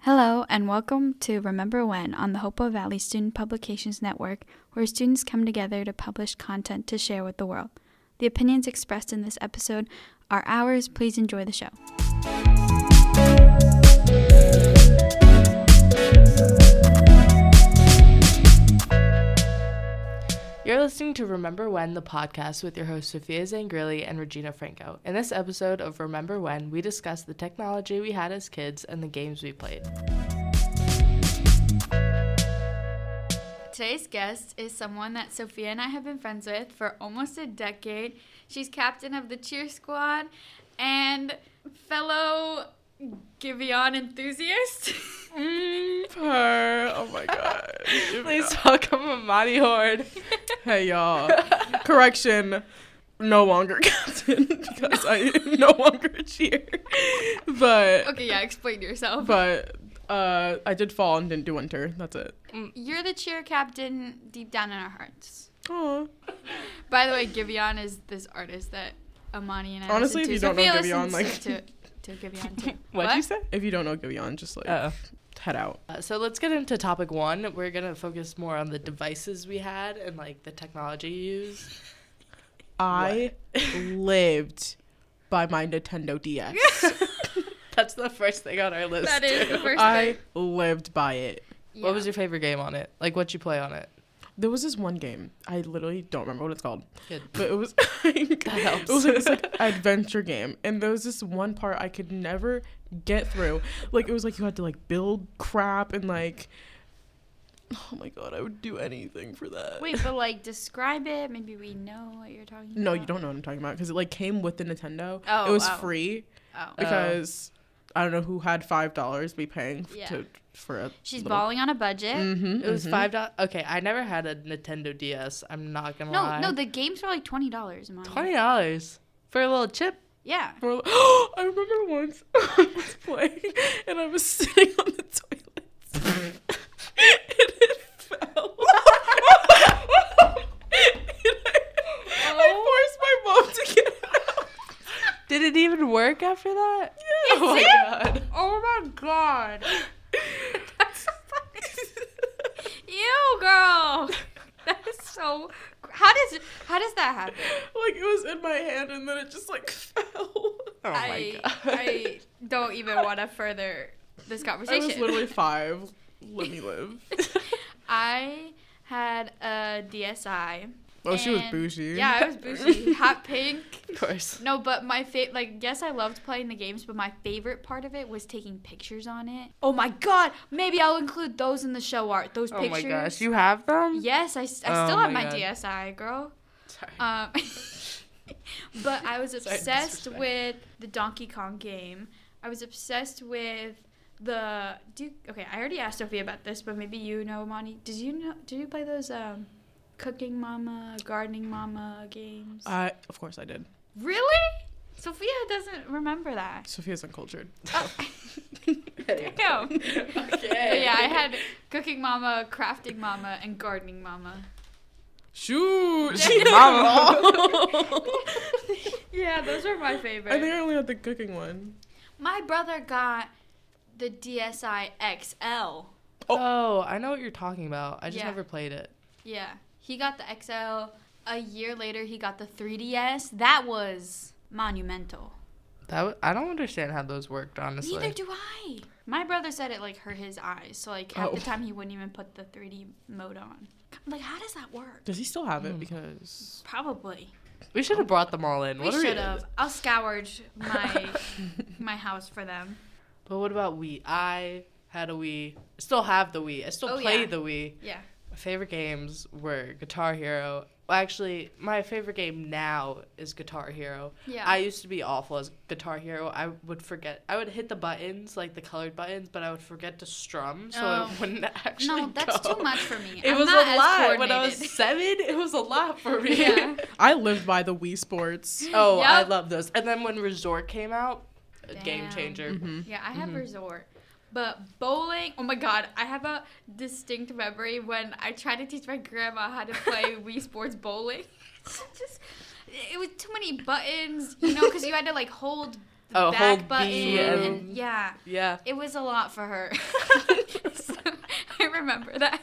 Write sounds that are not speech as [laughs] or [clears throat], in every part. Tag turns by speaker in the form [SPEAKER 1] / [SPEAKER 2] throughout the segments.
[SPEAKER 1] Hello, and welcome to Remember When on the Hopo Valley Student Publications Network, where students come together to publish content to share with the world. The opinions expressed in this episode are ours. Please enjoy the show.
[SPEAKER 2] You're listening to Remember When, the podcast with your hosts Sophia Zangrilli and Regina Franco. In this episode of Remember When, we discuss the technology we had as kids and the games we played.
[SPEAKER 3] Today's guest is someone that Sophia and I have been friends with for almost a decade. She's captain of the cheer squad and fellow Giveon enthusiast. [laughs]
[SPEAKER 4] Mm, Her. Oh
[SPEAKER 2] [laughs]
[SPEAKER 4] my god.
[SPEAKER 2] Please welcome Amani Horde.
[SPEAKER 4] [laughs] Hey y'all. Correction. No longer captain because I am no longer a cheer. But
[SPEAKER 3] okay, yeah, explain yourself.
[SPEAKER 4] but uh I did fall and didn't do winter. That's it.
[SPEAKER 3] You're the cheer captain deep down in our hearts.
[SPEAKER 4] Aw.
[SPEAKER 3] By the way, Giveon is this artist that Amani and I
[SPEAKER 4] Honestly, if
[SPEAKER 3] listen to.
[SPEAKER 4] you don't know
[SPEAKER 3] Sophia
[SPEAKER 4] Giveon,
[SPEAKER 3] listens
[SPEAKER 4] like-
[SPEAKER 3] to, to Giveon [laughs] too.
[SPEAKER 2] What'd you say?
[SPEAKER 4] If you don't know Giveon, just like
[SPEAKER 2] Oh.
[SPEAKER 4] head out.
[SPEAKER 2] Uh, so let's get into topic one. We're going to focus more on the devices we had and like the technology you used.
[SPEAKER 4] [laughs] I lived by my Nintendo DS.
[SPEAKER 2] That's the first thing on our list.
[SPEAKER 3] That is [laughs] the first
[SPEAKER 4] I
[SPEAKER 3] thing.
[SPEAKER 4] lived by it.
[SPEAKER 2] What was your favorite game on it? Like, what'd you play on it?
[SPEAKER 4] There was this one game. I literally don't remember what it's called.
[SPEAKER 2] Good.
[SPEAKER 4] but it was [laughs] like,
[SPEAKER 2] helps.
[SPEAKER 4] it was like this like adventure game and there was this one part i could never get through like it was like you had to like build crap and like oh my god i would do anything for that
[SPEAKER 3] Wait, but like describe it. Maybe we know what you're talking about.
[SPEAKER 4] no you don't know what i'm talking about because it like came with the nintendo
[SPEAKER 3] Oh,
[SPEAKER 4] it was
[SPEAKER 3] oh.
[SPEAKER 4] free
[SPEAKER 3] Oh.
[SPEAKER 4] because i don't know who had five dollars to be paying f-
[SPEAKER 3] Yeah.
[SPEAKER 4] to, for a
[SPEAKER 3] She's
[SPEAKER 4] little-
[SPEAKER 3] balling on a budget.
[SPEAKER 4] Mhm,
[SPEAKER 2] It was
[SPEAKER 4] mhm.
[SPEAKER 3] Mm-hmm.
[SPEAKER 2] five dollars. Okay, I never had a Nintendo DS. I'm not gonna
[SPEAKER 3] No,
[SPEAKER 2] lie.
[SPEAKER 3] no, the games were like twenty dollars.
[SPEAKER 2] twenty dollars for a little chip.
[SPEAKER 3] Yeah.
[SPEAKER 4] We're like- [gasps] I remember once [laughs] I was playing and I was [laughs] sitting on the toilet [laughs] and it fell. [laughs] And I, I forced my mom to get it out.
[SPEAKER 2] Oh. Did it even work after that?
[SPEAKER 4] Yeah.
[SPEAKER 2] Oh my god. [laughs]
[SPEAKER 3] Oh my god. That's so funny. Ew, girl. [laughs] That is so. gr- How does how does that happen?
[SPEAKER 4] [laughs] Like it was in my hand and then it just like [laughs] fell.
[SPEAKER 2] Oh
[SPEAKER 3] I
[SPEAKER 2] my god.
[SPEAKER 3] I don't
[SPEAKER 4] [laughs]
[SPEAKER 3] even want to further this
[SPEAKER 4] I
[SPEAKER 3] conversation.
[SPEAKER 4] was literally five. Let
[SPEAKER 3] [laughs]
[SPEAKER 4] me live.
[SPEAKER 3] I had a DSI.
[SPEAKER 4] Oh, she was
[SPEAKER 3] and-
[SPEAKER 4] bougie.
[SPEAKER 3] Yeah, I was bougie. Hot pink. [laughs]
[SPEAKER 2] of course.
[SPEAKER 3] No, but my favorite, like, yes, I loved playing the games, but my favorite part of it was taking pictures on it. Oh my god, maybe I'll include those in the show art. Those
[SPEAKER 2] Oh my
[SPEAKER 3] pictures.
[SPEAKER 2] gosh. You have them?
[SPEAKER 3] Yes, I, s- I
[SPEAKER 2] Oh
[SPEAKER 3] still have
[SPEAKER 2] my
[SPEAKER 3] my
[SPEAKER 2] God.
[SPEAKER 3] DSI, girl.
[SPEAKER 2] Sorry.
[SPEAKER 3] Um, [laughs] but I was
[SPEAKER 2] [laughs] Sorry,
[SPEAKER 3] obsessed
[SPEAKER 2] disrespect.
[SPEAKER 3] with the Donkey Kong game. I was obsessed with the. Do you- okay, I already asked Sophie about this, but maybe you know, Monty. Did you know? Did you play those um, Cooking Mama, Gardening Mama games?
[SPEAKER 2] Uh,
[SPEAKER 4] I of course I did.
[SPEAKER 3] really? Sophia doesn't remember
[SPEAKER 2] [laughs]
[SPEAKER 3] that.
[SPEAKER 4] Sophia's uncultured.
[SPEAKER 3] [laughs] No. But
[SPEAKER 2] okay.
[SPEAKER 3] yeah, I had Cooking Mama, Crafting Mama, and Gardening Mama.
[SPEAKER 4] Shoot, she [laughs] did it all.
[SPEAKER 3] Oh. [laughs] Yeah, those were my
[SPEAKER 4] I think
[SPEAKER 3] favorite.
[SPEAKER 4] I only had the cooking one.
[SPEAKER 3] My brother got the DSi XL.
[SPEAKER 2] [laughs] Oh, I know what you're talking about. I just
[SPEAKER 3] Yeah.
[SPEAKER 2] never played it.
[SPEAKER 3] Yeah, he got the XL. A year later, he got the 3DS. That was monumental.
[SPEAKER 2] That w- I don't understand how those worked, honestly.
[SPEAKER 3] Neither do I. My brother said it like hurt his eyes. So like half
[SPEAKER 4] Oh.
[SPEAKER 3] the time he wouldn't even put the 3D mode on. Like how does that work?
[SPEAKER 4] Does he still have
[SPEAKER 3] Hmm.
[SPEAKER 4] it?
[SPEAKER 2] Mm.
[SPEAKER 4] Because
[SPEAKER 3] Probably.
[SPEAKER 2] we should have brought them all in.
[SPEAKER 3] We
[SPEAKER 2] what are
[SPEAKER 3] should have. I'll scourge my
[SPEAKER 2] [laughs]
[SPEAKER 3] my house for them.
[SPEAKER 2] But what about Wii? I had a Wii. I still have the Wii. I still
[SPEAKER 3] Oh,
[SPEAKER 2] play
[SPEAKER 3] yeah.
[SPEAKER 2] the Wii.
[SPEAKER 3] Yeah.
[SPEAKER 2] My favorite games were Guitar Hero. Well, actually, my favorite game now is Guitar Hero.
[SPEAKER 3] Yeah.
[SPEAKER 2] I used to be awful as Guitar Hero. I would forget. I would hit the buttons, like the colored buttons, but I would forget to strum, so
[SPEAKER 3] Oh.
[SPEAKER 2] it wouldn't [laughs] actually.
[SPEAKER 3] no, that's
[SPEAKER 2] go.
[SPEAKER 3] too much for me.
[SPEAKER 2] [laughs] It
[SPEAKER 3] I'm
[SPEAKER 2] was
[SPEAKER 3] not
[SPEAKER 2] a
[SPEAKER 3] as
[SPEAKER 2] lot when I was
[SPEAKER 3] coordinated.
[SPEAKER 2] [laughs] seven. It was a lot for me.
[SPEAKER 3] yeah.
[SPEAKER 4] I lived by the Wii Sports.
[SPEAKER 2] [laughs]
[SPEAKER 3] [laughs]
[SPEAKER 2] Oh, I
[SPEAKER 3] Yup.
[SPEAKER 2] love those. And then when Resort came out, a game
[SPEAKER 3] Damn.
[SPEAKER 2] changer.
[SPEAKER 4] Mm-hmm.
[SPEAKER 3] Yeah, I
[SPEAKER 2] Mm-hmm.
[SPEAKER 3] have resort. But bowling, oh my god, I have a distinct memory when I tried to teach my grandma how to
[SPEAKER 2] [laughs]
[SPEAKER 3] play Wii Sports [laughs] bowling. Just, it was too many buttons, you know, because you had to like hold the
[SPEAKER 2] A whole
[SPEAKER 3] back button.
[SPEAKER 2] bee
[SPEAKER 3] and-
[SPEAKER 2] Oh, and-
[SPEAKER 3] yeah,
[SPEAKER 2] Yeah.
[SPEAKER 3] it was a lot for her. [laughs] so I remember that.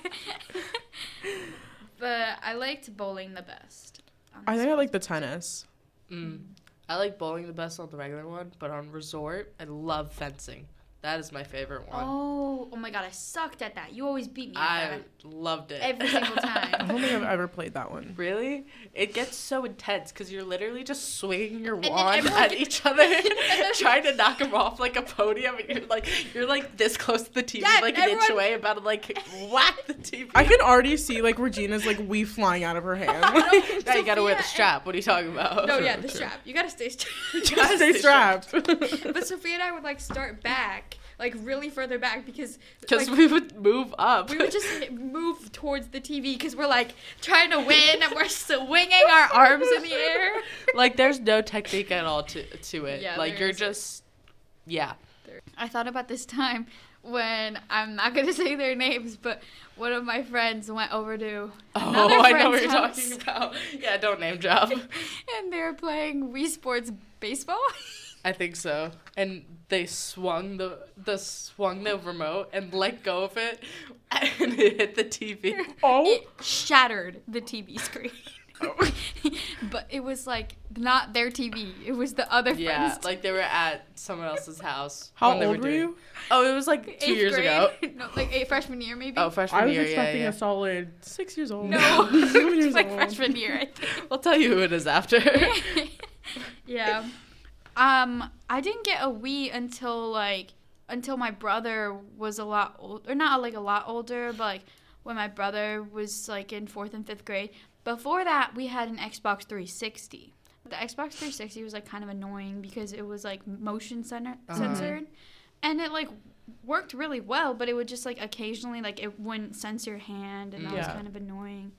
[SPEAKER 3] but I liked bowling the best.
[SPEAKER 4] I think
[SPEAKER 3] honestly.
[SPEAKER 4] I like the tennis.
[SPEAKER 2] Mm. I like bowling the best on the regular one, but on resort, I love fencing. That is my favorite one.
[SPEAKER 3] Oh, oh my god, I sucked at that. You always beat me at
[SPEAKER 2] I
[SPEAKER 3] that.
[SPEAKER 2] loved it
[SPEAKER 3] Every single
[SPEAKER 4] I
[SPEAKER 3] time.
[SPEAKER 4] don't think I've ever played that one.
[SPEAKER 2] [laughs] Really? It gets so intense because you're literally just swinging your
[SPEAKER 3] then
[SPEAKER 2] wand
[SPEAKER 3] everyone
[SPEAKER 2] at
[SPEAKER 3] gets-
[SPEAKER 2] each
[SPEAKER 3] [laughs]
[SPEAKER 2] other, [laughs] trying to knock them off like a podium, and you're like you're like this close to the TV,
[SPEAKER 3] Yeah,
[SPEAKER 2] like an inch
[SPEAKER 3] everyone-
[SPEAKER 2] away, about
[SPEAKER 3] [laughs]
[SPEAKER 2] to like whack the TV.
[SPEAKER 4] I can already see like Regina's like we flying out of her
[SPEAKER 2] [laughs]
[SPEAKER 4] hand.
[SPEAKER 2] [laughs] now you gotta wear the
[SPEAKER 3] Sophia,
[SPEAKER 2] strap. What are you talking about?
[SPEAKER 3] No,
[SPEAKER 2] [laughs]
[SPEAKER 4] True,
[SPEAKER 3] yeah, the
[SPEAKER 4] true.
[SPEAKER 3] strap. You gotta stay straight.
[SPEAKER 4] Just stay
[SPEAKER 2] [laughs]
[SPEAKER 4] strapped.
[SPEAKER 3] but Sophia and I would like start back, like really further back, because
[SPEAKER 2] Because
[SPEAKER 3] like,
[SPEAKER 2] we would move up.
[SPEAKER 3] we would just move towards the TV because we're like trying to win and we're swinging our arms in the air.
[SPEAKER 2] [laughs] like there's no technique at all to to it.
[SPEAKER 3] Yeah,
[SPEAKER 2] like
[SPEAKER 3] there
[SPEAKER 2] you're
[SPEAKER 3] isn't.
[SPEAKER 2] just yeah. [laughs]
[SPEAKER 3] I thought about this time when I'm not gonna say their names, but one of my friends went over to another
[SPEAKER 2] oh, I know what
[SPEAKER 3] friend's
[SPEAKER 2] you're
[SPEAKER 3] house,
[SPEAKER 2] talking about. Yeah, don't name
[SPEAKER 3] [laughs]
[SPEAKER 2] drop.
[SPEAKER 3] and they're playing Wii Sports baseball.
[SPEAKER 2] I think so. And they swung the the swung the remote and let go of it, [laughs] and it hit the TV.
[SPEAKER 4] oh,
[SPEAKER 3] It shattered the TV screen.
[SPEAKER 2] Oh.
[SPEAKER 3] [laughs] but it was like not their TV. It was the other
[SPEAKER 2] Yeah,
[SPEAKER 3] friend's.
[SPEAKER 2] like they were at someone else's
[SPEAKER 3] [laughs]
[SPEAKER 2] house.
[SPEAKER 4] how
[SPEAKER 2] when they
[SPEAKER 4] old were
[SPEAKER 2] doing-
[SPEAKER 4] you?
[SPEAKER 2] Oh, it was like two
[SPEAKER 3] eighth
[SPEAKER 2] years
[SPEAKER 3] grade. [laughs]
[SPEAKER 2] ago.
[SPEAKER 3] no, like eight freshman year maybe.
[SPEAKER 2] Oh,
[SPEAKER 4] I
[SPEAKER 2] freshman
[SPEAKER 4] was
[SPEAKER 2] year. yeah,
[SPEAKER 4] expecting
[SPEAKER 2] yeah.
[SPEAKER 4] a solid six years
[SPEAKER 2] [laughs]
[SPEAKER 4] old.
[SPEAKER 3] no,
[SPEAKER 4] [laughs]
[SPEAKER 3] [laughs]
[SPEAKER 4] Seven
[SPEAKER 3] it
[SPEAKER 4] years
[SPEAKER 3] was like
[SPEAKER 4] old.
[SPEAKER 3] freshman year. I think.
[SPEAKER 2] I'll tell you who it
[SPEAKER 3] [laughs]
[SPEAKER 2] is after.
[SPEAKER 3] yeah. Um, I didn't get a Wii until like until my brother was a lot older, or not like a lot older, but like when my brother was like in fourth and fifth grade. Before that, we had an Xbox 360. The Xbox 360 was like kind of annoying because it was like motion center
[SPEAKER 2] Uh-huh.
[SPEAKER 3] censored, and it like worked really well, but it would just like occasionally like it wouldn't sense your hand, and that was
[SPEAKER 4] Yeah.
[SPEAKER 3] kind of annoying.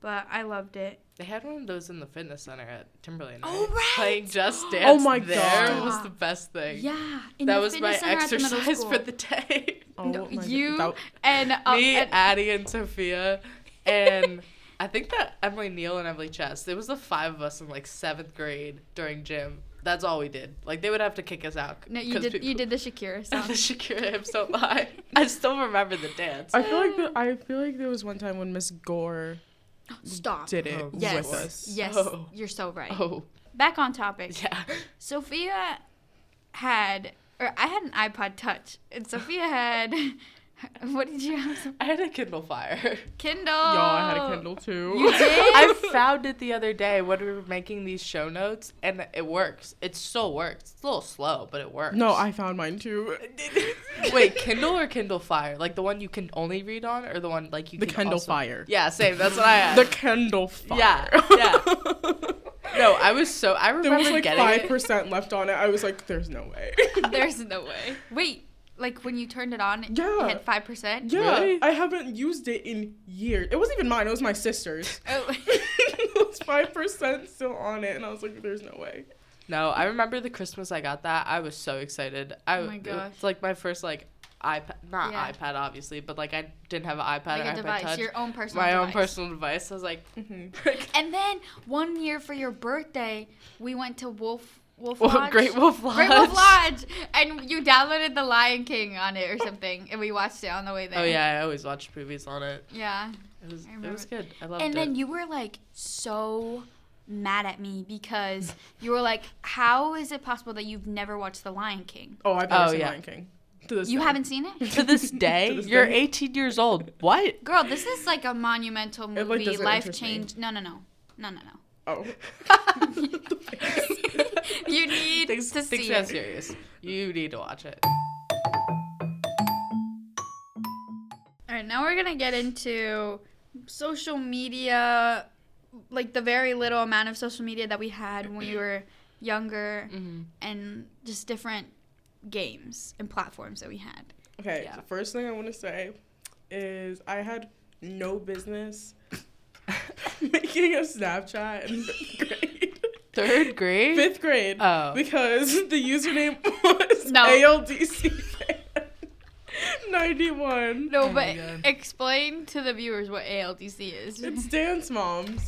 [SPEAKER 3] But I loved it.
[SPEAKER 2] they had one of those in the fitness center at Timberland.
[SPEAKER 3] Oh,
[SPEAKER 2] right?
[SPEAKER 3] right.
[SPEAKER 2] Playing
[SPEAKER 3] [gasps]
[SPEAKER 2] Just Dance.
[SPEAKER 4] Oh my
[SPEAKER 2] there
[SPEAKER 4] God.
[SPEAKER 2] was the best thing.
[SPEAKER 3] Yeah, in
[SPEAKER 2] that
[SPEAKER 3] the
[SPEAKER 2] was my
[SPEAKER 3] fitness center at the middle
[SPEAKER 2] exercise for
[SPEAKER 3] school.
[SPEAKER 2] the day. [laughs]
[SPEAKER 4] Oh,
[SPEAKER 3] No,
[SPEAKER 4] my God.
[SPEAKER 3] you-
[SPEAKER 4] That-
[SPEAKER 3] and uh,
[SPEAKER 2] me,
[SPEAKER 3] and-
[SPEAKER 2] Addie, and Sophia, and I think that Emily Neal and Emily Chest. There was the five of us in like seventh grade during gym. That's all we did. Like they would have to kick us out.
[SPEAKER 3] no, you
[SPEAKER 2] 'cause
[SPEAKER 3] did
[SPEAKER 2] people-
[SPEAKER 3] you did the Shakira
[SPEAKER 2] And the
[SPEAKER 3] song.
[SPEAKER 2] [laughs] Shakira hips don't lie. I still remember the dance.
[SPEAKER 4] I feel like
[SPEAKER 2] Um,
[SPEAKER 4] the, I feel like there was one time when Miss Gore
[SPEAKER 3] Stop.
[SPEAKER 4] did it
[SPEAKER 2] Oh,
[SPEAKER 3] Yes.
[SPEAKER 4] with us.
[SPEAKER 3] Yes,
[SPEAKER 2] Oh.
[SPEAKER 3] you're so right.
[SPEAKER 2] Oh
[SPEAKER 3] Back on topic.
[SPEAKER 2] yeah.
[SPEAKER 3] Sophia had, or I had an iPod Touch, and Sophia had. [laughs] What did you have?
[SPEAKER 2] I had a Kindle Fire.
[SPEAKER 3] Kindle.
[SPEAKER 4] Y'all, I had a
[SPEAKER 2] Oh.
[SPEAKER 4] Kindle too.
[SPEAKER 3] You did.
[SPEAKER 2] [laughs] I found it the other day when we were making these show notes, and it works. It still works. It's a little slow, but it works.
[SPEAKER 4] No, I found
[SPEAKER 2] [laughs]
[SPEAKER 4] mine too. [laughs]
[SPEAKER 2] wait. Kindle or Kindle Fire? Like the one you can only read on, or the one like you
[SPEAKER 4] The
[SPEAKER 2] can
[SPEAKER 4] Kendall
[SPEAKER 2] also-
[SPEAKER 4] Fire.
[SPEAKER 2] Yeah, same. That's what I had.
[SPEAKER 4] The Kendall Fire.
[SPEAKER 2] Yeah, yeah.
[SPEAKER 4] [laughs]
[SPEAKER 2] no, I was so I
[SPEAKER 4] There
[SPEAKER 2] remember
[SPEAKER 4] was like
[SPEAKER 2] getting
[SPEAKER 4] five
[SPEAKER 2] it.
[SPEAKER 4] percent left on it. I was like, "There's no way."
[SPEAKER 2] [laughs]
[SPEAKER 3] [laughs] There's no way. Wait, like when you turned it on, it
[SPEAKER 4] Yeah.
[SPEAKER 3] had five percent.
[SPEAKER 4] Yeah,
[SPEAKER 2] Really?
[SPEAKER 4] I haven't used it in years. It wasn't even mine. It was my sister's. [laughs]
[SPEAKER 2] [laughs]
[SPEAKER 3] Oh. [laughs]
[SPEAKER 4] it was five percent still on it, and I was like, "There's no way."
[SPEAKER 2] No, I remember the Christmas I got that. I was so excited. I
[SPEAKER 3] Oh my gosh.
[SPEAKER 2] it's like my first like iPad, not
[SPEAKER 3] Yeah.
[SPEAKER 2] iPad obviously, but like I didn't have an iPad,
[SPEAKER 3] Like
[SPEAKER 2] or
[SPEAKER 3] a
[SPEAKER 2] iPad
[SPEAKER 3] device,
[SPEAKER 2] Touch.
[SPEAKER 3] your own personal.
[SPEAKER 2] my own
[SPEAKER 3] device.
[SPEAKER 2] personal device. I was like,
[SPEAKER 3] And then one year for your birthday, we went to Wolf Wolf
[SPEAKER 2] Well,
[SPEAKER 3] Lodge.
[SPEAKER 2] [laughs] Great Wolf Lodge.
[SPEAKER 3] Great Wolf Lodge, and you downloaded The Lion King on
[SPEAKER 2] [laughs]
[SPEAKER 3] it or something, and we watched it on the way there.
[SPEAKER 2] Oh yeah, I always watched movies on it.
[SPEAKER 3] Yeah.
[SPEAKER 2] It was it
[SPEAKER 3] remember.
[SPEAKER 2] was good. I loved
[SPEAKER 3] And
[SPEAKER 2] it.
[SPEAKER 3] then you were like so mad at me because you were like, "How is it possible that you've never watched The Lion King?
[SPEAKER 4] Oh, I've never
[SPEAKER 2] Oh,
[SPEAKER 4] seen
[SPEAKER 2] yeah.
[SPEAKER 4] Lion King. To this
[SPEAKER 3] You
[SPEAKER 4] day.
[SPEAKER 3] haven't seen it,
[SPEAKER 2] [laughs]
[SPEAKER 3] [laughs]
[SPEAKER 2] to this day,
[SPEAKER 4] this
[SPEAKER 2] you're
[SPEAKER 4] day.
[SPEAKER 2] 18 years old. What?
[SPEAKER 3] girl. This is like a monumental
[SPEAKER 4] like,
[SPEAKER 3] movie,
[SPEAKER 4] doesn't
[SPEAKER 3] life
[SPEAKER 4] interest me.
[SPEAKER 3] change. No, no, no,
[SPEAKER 2] [laughs]
[SPEAKER 3] [laughs] no, no, no.
[SPEAKER 4] Oh,
[SPEAKER 3] You need
[SPEAKER 2] Things,
[SPEAKER 3] to
[SPEAKER 2] things
[SPEAKER 3] see
[SPEAKER 2] got
[SPEAKER 3] it.
[SPEAKER 2] serious. You need to watch it.
[SPEAKER 3] All right, now we're gonna get into social media, like the very little amount of social media that we had when [clears throat] we were younger, and just different games and platforms that we had.
[SPEAKER 4] okay.
[SPEAKER 2] Yeah.
[SPEAKER 4] The first thing I want to say is I had no business [laughs] making a Snapchat in fifth grade.
[SPEAKER 2] [laughs] Third grade.
[SPEAKER 4] Fifth grade.
[SPEAKER 2] Oh. [laughs]
[SPEAKER 4] Because the username was
[SPEAKER 3] No.
[SPEAKER 4] ALDC ninety one.
[SPEAKER 3] No,
[SPEAKER 2] Oh
[SPEAKER 3] but
[SPEAKER 2] my God.
[SPEAKER 3] [laughs]
[SPEAKER 2] [laughs]
[SPEAKER 3] explain to the viewers what ALDC is.
[SPEAKER 4] It's dance moms.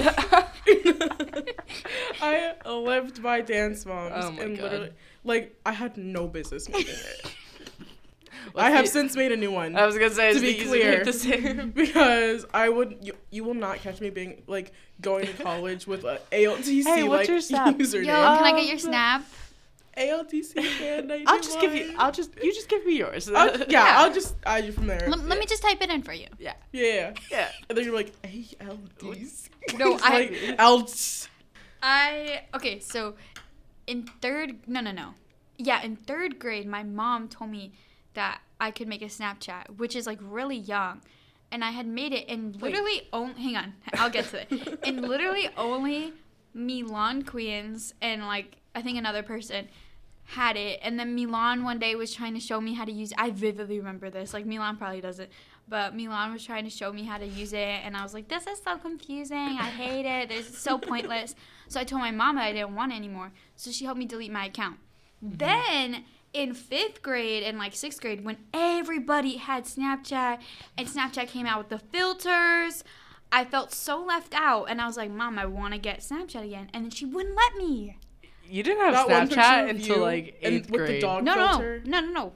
[SPEAKER 4] I lived by dance moms
[SPEAKER 2] Oh my
[SPEAKER 4] and
[SPEAKER 2] God.
[SPEAKER 4] literally like I had no business making it.
[SPEAKER 2] What's
[SPEAKER 4] I have
[SPEAKER 2] the-
[SPEAKER 4] since made a new one.
[SPEAKER 2] I was gonna say,
[SPEAKER 4] to
[SPEAKER 2] is
[SPEAKER 4] be
[SPEAKER 2] the easy pick
[SPEAKER 4] clear.
[SPEAKER 2] the same?
[SPEAKER 4] because I would you, you will not catch me being like going to college with a ALTC
[SPEAKER 2] [laughs] Hey, what's
[SPEAKER 4] like
[SPEAKER 2] your snap?
[SPEAKER 3] Yo,
[SPEAKER 4] [laughs] username.
[SPEAKER 3] can I get
[SPEAKER 2] Um,
[SPEAKER 3] your snap?
[SPEAKER 4] ALTC
[SPEAKER 2] [laughs]
[SPEAKER 4] fan 91.
[SPEAKER 2] [laughs] I'll just give
[SPEAKER 4] [laughs]
[SPEAKER 2] you. I'll just you just give me yours. [laughs]
[SPEAKER 4] I'll- yeah,
[SPEAKER 3] Yeah.
[SPEAKER 4] I'll just add you from there.
[SPEAKER 3] Let, let me just type it in for you.
[SPEAKER 4] yeah,
[SPEAKER 2] yeah.
[SPEAKER 4] and then you're like ALTC.
[SPEAKER 3] No,
[SPEAKER 4] [laughs] It's
[SPEAKER 3] I-
[SPEAKER 4] like, [laughs] ALTC.
[SPEAKER 5] I
[SPEAKER 3] Okay, so in third, no, no, no. Yeah, in third grade, my mom told me that I could make a Snapchat, which is like really young. And I had made it, and
[SPEAKER 2] Wait.
[SPEAKER 3] literally only, hang on, [laughs] I'll get to it. and literally only Milan Queens and like, I think another person had it. And then Milan one day was trying to show me how to use I vividly remember this. Like, Milan probably doesn't. But Milan was trying to show me how to use it, and I was like, "This is so confusing. I hate it. This is so pointless." So I told my mom that I didn't want it anymore. So she helped me delete my account.
[SPEAKER 5] Mm-hmm.
[SPEAKER 3] Then in fifth grade and like sixth grade, when everybody had Snapchat and Snapchat came out with the filters, I felt so left out and I was like, Mom, I want to get Snapchat again. And then she wouldn't let me.
[SPEAKER 2] You didn't have
[SPEAKER 4] That one picture
[SPEAKER 2] Snapchat
[SPEAKER 4] of
[SPEAKER 2] until
[SPEAKER 4] you
[SPEAKER 2] like
[SPEAKER 4] and
[SPEAKER 2] eighth
[SPEAKER 4] with
[SPEAKER 2] grade.
[SPEAKER 4] the dog
[SPEAKER 3] No, no,
[SPEAKER 4] filter.
[SPEAKER 3] no, no, no, no.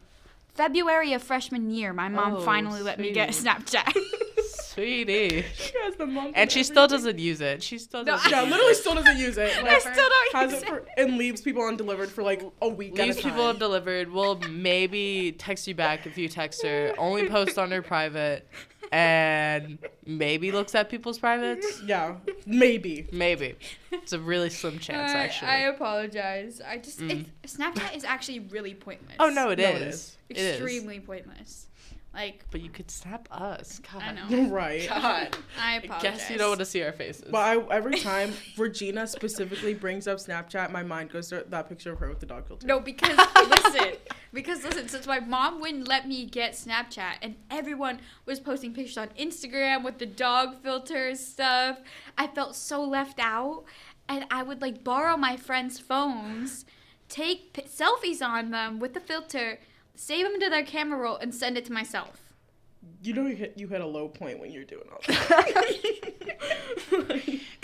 [SPEAKER 3] February of freshman year, my mom
[SPEAKER 2] Oh,
[SPEAKER 3] finally let me get
[SPEAKER 5] [laughs]
[SPEAKER 2] sweet.
[SPEAKER 3] Snapchat.
[SPEAKER 4] [laughs]
[SPEAKER 2] Sweetie.
[SPEAKER 4] She has the month
[SPEAKER 2] And she
[SPEAKER 4] everything.
[SPEAKER 2] still doesn't use it. She still
[SPEAKER 3] No,
[SPEAKER 2] doesn't.
[SPEAKER 4] Yeah,
[SPEAKER 2] use
[SPEAKER 4] literally
[SPEAKER 2] it.
[SPEAKER 4] still doesn't
[SPEAKER 2] [laughs]
[SPEAKER 4] use it.
[SPEAKER 3] I
[SPEAKER 4] Like,
[SPEAKER 3] still don't
[SPEAKER 4] has
[SPEAKER 3] use
[SPEAKER 4] it
[SPEAKER 3] it.
[SPEAKER 4] for, and leaves people undelivered for like a week. at
[SPEAKER 2] Leaves
[SPEAKER 4] a
[SPEAKER 2] people
[SPEAKER 4] time.
[SPEAKER 2] undelivered. Will maybe text you back if you text her. Only post on her private, and maybe looks at people's privates.
[SPEAKER 4] Yeah, maybe.
[SPEAKER 2] [laughs] Maybe it's a really slim chance, actually.
[SPEAKER 5] I apologize. I just
[SPEAKER 2] Mm.
[SPEAKER 5] it's, Snapchat is actually really pointless.
[SPEAKER 2] oh no, it
[SPEAKER 4] No,
[SPEAKER 2] is.
[SPEAKER 4] it
[SPEAKER 2] It is.
[SPEAKER 5] extremely pointless. Like [laughs]
[SPEAKER 2] But you could snap us. God.
[SPEAKER 5] I know.
[SPEAKER 4] Right.
[SPEAKER 2] God.
[SPEAKER 5] I
[SPEAKER 2] I
[SPEAKER 5] apologize.
[SPEAKER 2] guess you don't want to see our faces.
[SPEAKER 4] But I, every time Regina specifically brings up Snapchat, my mind goes to that picture of her with the dog
[SPEAKER 5] [laughs]
[SPEAKER 4] filter.
[SPEAKER 5] No, because listen, because listen, since my mom wouldn't let me get Snapchat, and everyone was posting pictures on Instagram with the dog filters stuff, I felt so left out, and I would like borrow my friends' phones, take p- selfies on them with the filter, save them to their camera roll, and send it to myself.
[SPEAKER 4] You know you hit you hit a low point when you're doing all that.
[SPEAKER 2] No,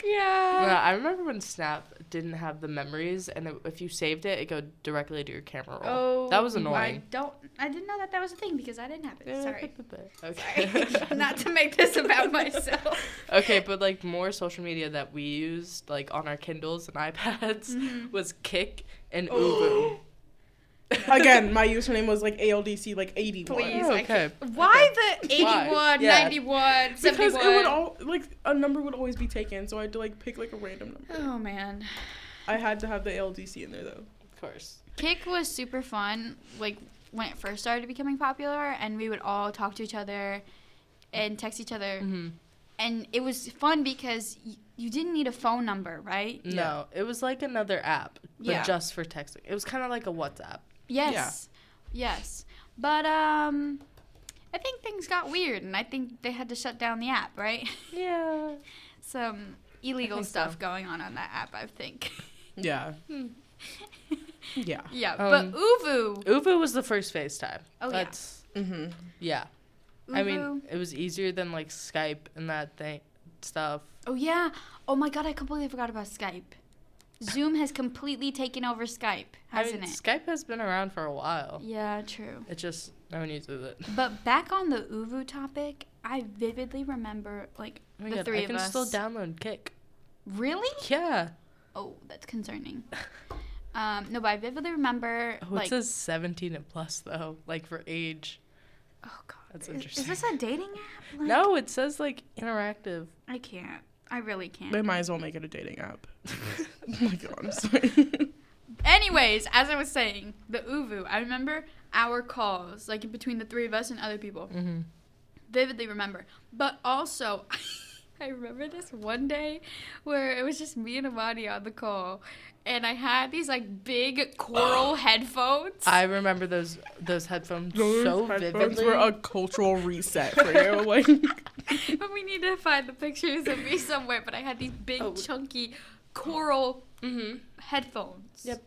[SPEAKER 5] Yeah.
[SPEAKER 2] I remember when Snap didn't have the memories, and it- if you saved it, it go directly to your camera [laughs] roll.
[SPEAKER 5] Oh,
[SPEAKER 2] That was
[SPEAKER 5] I
[SPEAKER 2] annoying.
[SPEAKER 5] don't. I didn't know that that was a thing because I didn't have it.
[SPEAKER 2] [laughs]
[SPEAKER 5] Sorry. [laughs]
[SPEAKER 2] Okay.
[SPEAKER 5] Not to make this about myself.
[SPEAKER 2] [laughs] okay, but like more social media that we used, like on our Kindles and iPads,
[SPEAKER 5] Mm-hmm.
[SPEAKER 2] [laughs] was Kick
[SPEAKER 5] [gasps]
[SPEAKER 2] and Ubu.
[SPEAKER 4] [laughs] Again, my username was like ALDC like 81.
[SPEAKER 5] [laughs] Please.
[SPEAKER 2] Oh, okay.
[SPEAKER 5] Why the 81,
[SPEAKER 2] Why? Yeah.
[SPEAKER 5] 91,
[SPEAKER 4] Because
[SPEAKER 5] 71?
[SPEAKER 4] it would all like a number would always be taken, so I had to like pick like a random number.
[SPEAKER 5] oh man.
[SPEAKER 4] I had to have the ALDC in there though.
[SPEAKER 2] Of course.
[SPEAKER 3] Kick was super fun, like when it first started becoming popular, and we would all talk to each other and text each other.
[SPEAKER 5] Mm-hmm.
[SPEAKER 2] hmm
[SPEAKER 3] And it was fun because y- you didn't need a phone number, right?
[SPEAKER 2] No, it was like another app, but
[SPEAKER 3] Yeah.
[SPEAKER 2] just for texting. It was kind of like a WhatsApp.
[SPEAKER 3] Yes. Yes. But um I think things got weird and I think they had to shut down the app, right? [laughs]
[SPEAKER 2] Yeah.
[SPEAKER 3] Some
[SPEAKER 2] I
[SPEAKER 3] illegal
[SPEAKER 2] think
[SPEAKER 3] stuff
[SPEAKER 2] so.
[SPEAKER 3] going on on that app, I think. [laughs]
[SPEAKER 4] Yeah. yeah.
[SPEAKER 3] yeah,
[SPEAKER 2] Um,
[SPEAKER 3] but Uvu.
[SPEAKER 2] Ubu was the first FaceTime.
[SPEAKER 3] Oh, yeah.
[SPEAKER 2] That's,
[SPEAKER 4] Mm-hmm.
[SPEAKER 2] yeah.
[SPEAKER 3] Uvu.
[SPEAKER 2] I mean,
[SPEAKER 3] Mm-hmm.
[SPEAKER 2] it was easier than like Skype and that thing stuff.
[SPEAKER 3] oh yeah. Oh my god, I completely forgot about Skype. Zoom has completely taken over Skype, hasn't
[SPEAKER 2] I mean,
[SPEAKER 3] it?
[SPEAKER 2] Skype has been around for a while.
[SPEAKER 3] Yeah, true.
[SPEAKER 2] It just no one uses it.
[SPEAKER 3] But back on the Uvu topic, I vividly remember like
[SPEAKER 2] Oh my
[SPEAKER 3] The
[SPEAKER 2] God,
[SPEAKER 3] three
[SPEAKER 2] I
[SPEAKER 3] of
[SPEAKER 2] can still
[SPEAKER 3] us.
[SPEAKER 2] download Kick.
[SPEAKER 3] really?
[SPEAKER 2] Yeah.
[SPEAKER 3] Oh, that's
[SPEAKER 2] [laughs]
[SPEAKER 3] concerning. Um, no, but I vividly remember
[SPEAKER 2] Oh, it
[SPEAKER 3] like
[SPEAKER 2] says 17 and plus though, like for age.
[SPEAKER 3] Oh god.
[SPEAKER 2] That's
[SPEAKER 3] Is-
[SPEAKER 2] interesting.
[SPEAKER 3] Is, this a dating app? Like,
[SPEAKER 2] No, it says like interactive.
[SPEAKER 3] I can't. I really
[SPEAKER 4] They
[SPEAKER 3] can't.
[SPEAKER 4] might as well make it a dating app. oh my god, I'm sorry.
[SPEAKER 5] Anyways, as I was saying, the Uvu, I remember our calls, like between the three of us and other people.
[SPEAKER 2] Mm-hmm.
[SPEAKER 5] Vividly remember. But also, [laughs] I remember this one day where it was just me and Amani on the call, and I had these like big coral
[SPEAKER 2] [gasps]
[SPEAKER 5] headphones.
[SPEAKER 2] I remember those those headphones
[SPEAKER 4] Those
[SPEAKER 2] so
[SPEAKER 4] headphones
[SPEAKER 2] vividly.
[SPEAKER 4] were a cultural reset for you. Like,
[SPEAKER 5] [laughs] but we need to find the pictures of me somewhere. But I had these big,
[SPEAKER 2] Oh.
[SPEAKER 5] chunky coral
[SPEAKER 2] mm-hmm.
[SPEAKER 5] headphones.
[SPEAKER 2] Yep.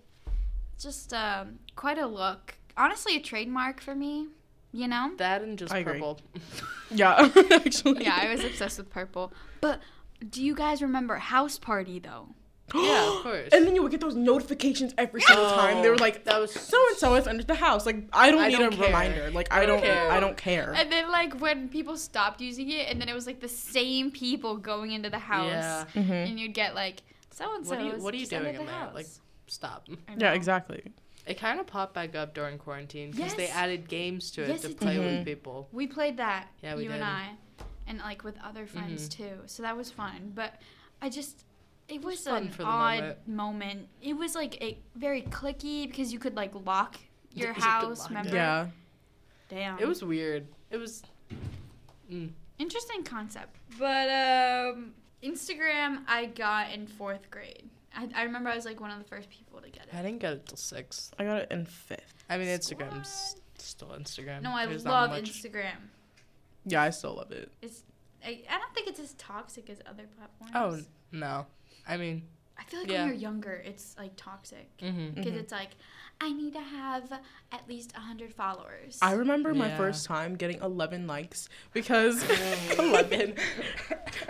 [SPEAKER 3] Just um, quite a look. Honestly, a trademark for me. You know.
[SPEAKER 2] That and just
[SPEAKER 4] I agree.
[SPEAKER 2] purple.
[SPEAKER 4] [laughs] yeah, [laughs] actually.
[SPEAKER 3] yeah, I was obsessed with purple. But do you guys remember House Party though?
[SPEAKER 2] yeah,
[SPEAKER 4] [gasps]
[SPEAKER 2] of course. Oh,
[SPEAKER 4] And then you would get those notifications every single time. They were like,
[SPEAKER 2] that was
[SPEAKER 4] so and so is under the house. Like I don't
[SPEAKER 2] I
[SPEAKER 4] need
[SPEAKER 2] don't
[SPEAKER 4] a
[SPEAKER 2] care.
[SPEAKER 4] reminder. Like I don't.
[SPEAKER 2] care.
[SPEAKER 4] I don't
[SPEAKER 2] Er.
[SPEAKER 4] care.
[SPEAKER 3] And then like when people stopped using it, and then it was like the same people going into the house,
[SPEAKER 2] Yeah.
[SPEAKER 4] Mhm.
[SPEAKER 3] and you'd get like so and so.
[SPEAKER 2] What are you- what are you doing in there? Like, Stop.
[SPEAKER 4] Yeah, exactly.
[SPEAKER 2] It kind of popped back up during quarantine because they
[SPEAKER 3] Yes.
[SPEAKER 2] added games to it
[SPEAKER 3] Yes,
[SPEAKER 2] to
[SPEAKER 3] it
[SPEAKER 2] play
[SPEAKER 4] Mhm.
[SPEAKER 2] with people.
[SPEAKER 3] We played that.
[SPEAKER 2] Yeah, we
[SPEAKER 3] you
[SPEAKER 2] did. Mm-hmm.
[SPEAKER 3] and I, and like with other friends too. So that was fun. But I just, it was,
[SPEAKER 2] fun
[SPEAKER 3] an
[SPEAKER 2] for the
[SPEAKER 3] odd moment. It was like a very clicky because you could like lock your
[SPEAKER 2] Because you could
[SPEAKER 3] house.
[SPEAKER 2] lock it.
[SPEAKER 3] Remember?
[SPEAKER 4] Yeah.
[SPEAKER 3] Damn.
[SPEAKER 2] It was
[SPEAKER 3] Um,
[SPEAKER 2] weird. It was. Mm.
[SPEAKER 3] interesting concept. But um, Instagram, I got in fourth grade. I, I remember I was like one of the first people to get
[SPEAKER 2] I
[SPEAKER 3] it.
[SPEAKER 2] didn't get it till six.
[SPEAKER 4] I got it in fifth.
[SPEAKER 2] I mean,
[SPEAKER 3] Squad.
[SPEAKER 2] Instagram's still Instagram.
[SPEAKER 3] No, I
[SPEAKER 2] There's
[SPEAKER 3] love
[SPEAKER 2] not much-
[SPEAKER 3] Instagram.
[SPEAKER 4] Yeah, I still love it.
[SPEAKER 3] I, I don't think it's as toxic as other platforms.
[SPEAKER 2] Oh no, I mean,
[SPEAKER 3] I feel like
[SPEAKER 2] yeah.
[SPEAKER 3] when you're younger, it's like toxic.
[SPEAKER 4] [laughs]
[SPEAKER 2] mhm.
[SPEAKER 3] because
[SPEAKER 4] Mhm.
[SPEAKER 3] it's like I need to have at least 100 followers.
[SPEAKER 4] I remember my
[SPEAKER 2] Yeah.
[SPEAKER 4] first time getting 11 likes because [laughs]
[SPEAKER 2] eleven.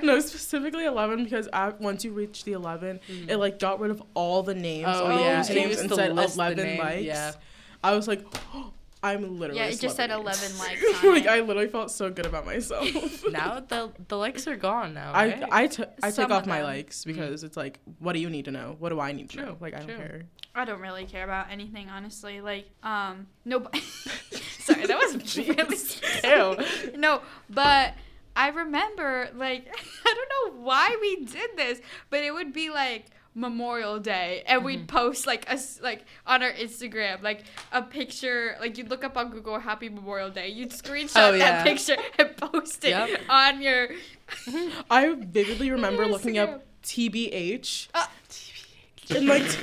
[SPEAKER 4] no, specifically 11 because I, once you reach the 11, it like got rid of all the names,
[SPEAKER 2] Hmm. Oh,
[SPEAKER 4] all the
[SPEAKER 3] yeah, it
[SPEAKER 4] usernames,
[SPEAKER 2] used
[SPEAKER 4] and
[SPEAKER 2] to
[SPEAKER 4] said
[SPEAKER 2] list the
[SPEAKER 4] 11
[SPEAKER 2] name,
[SPEAKER 4] likes.
[SPEAKER 2] yeah.
[SPEAKER 4] I was like, [gasps] I'm literally.
[SPEAKER 3] Yeah,
[SPEAKER 4] a
[SPEAKER 3] it just said
[SPEAKER 4] celebrity.
[SPEAKER 3] 11
[SPEAKER 4] [laughs]
[SPEAKER 3] likes on
[SPEAKER 4] like
[SPEAKER 3] it.
[SPEAKER 4] I literally felt so good about myself.
[SPEAKER 2] [laughs]
[SPEAKER 4] [laughs]
[SPEAKER 2] now the the likes are gone now.
[SPEAKER 4] I
[SPEAKER 2] right?
[SPEAKER 4] I, t- I
[SPEAKER 3] Some
[SPEAKER 4] take off
[SPEAKER 3] of
[SPEAKER 4] my
[SPEAKER 3] them.
[SPEAKER 4] likes because it's like, what do you need to know? What do I need to
[SPEAKER 2] True,
[SPEAKER 4] know? Like I don't
[SPEAKER 2] true.
[SPEAKER 4] care.
[SPEAKER 3] I don't really care about anything, honestly. Like, um, nobody. [laughs] Sorry, [laughs] that was really
[SPEAKER 2] Ew.
[SPEAKER 3] no, but I remember like [laughs] I don't know why we did this, but it would be like Memorial Day, and we'd
[SPEAKER 2] Mm-hmm.
[SPEAKER 3] post like us like on our Instagram like a picture. Like you'd look up on Google "Happy Memorial Day," you'd screenshot
[SPEAKER 2] Oh,
[SPEAKER 3] that
[SPEAKER 2] yeah.
[SPEAKER 3] picture [laughs] and post it
[SPEAKER 2] Yep.
[SPEAKER 3] on
[SPEAKER 2] [laughs]
[SPEAKER 3] your. [laughs]
[SPEAKER 4] I vividly remember looking
[SPEAKER 3] Instagram.
[SPEAKER 4] up TBH
[SPEAKER 3] Uh,
[SPEAKER 4] and like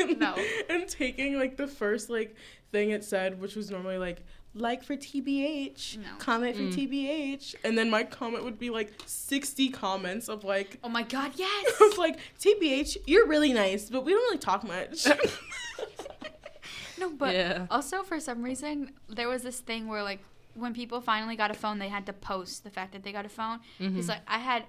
[SPEAKER 4] and,
[SPEAKER 3] No.
[SPEAKER 4] [laughs] and taking like the first like thing it said which was normally like like for TBH,
[SPEAKER 3] No.
[SPEAKER 4] comment for
[SPEAKER 2] Mm.
[SPEAKER 4] TBH, and then my comment would be like 60 comments of like [laughs]
[SPEAKER 3] oh my God!
[SPEAKER 2] [laughs]
[SPEAKER 3] Yes.
[SPEAKER 4] of like TBH, you're really nice, but we don't really talk
[SPEAKER 2] [laughs]
[SPEAKER 4] much. [laughs]
[SPEAKER 3] No, [laughs] but
[SPEAKER 2] Yeah.
[SPEAKER 3] also for some reason there was this thing where like when people finally got a phone, they had to post the fact that they got a phone.
[SPEAKER 4] Mm-hmm.
[SPEAKER 3] Because like I had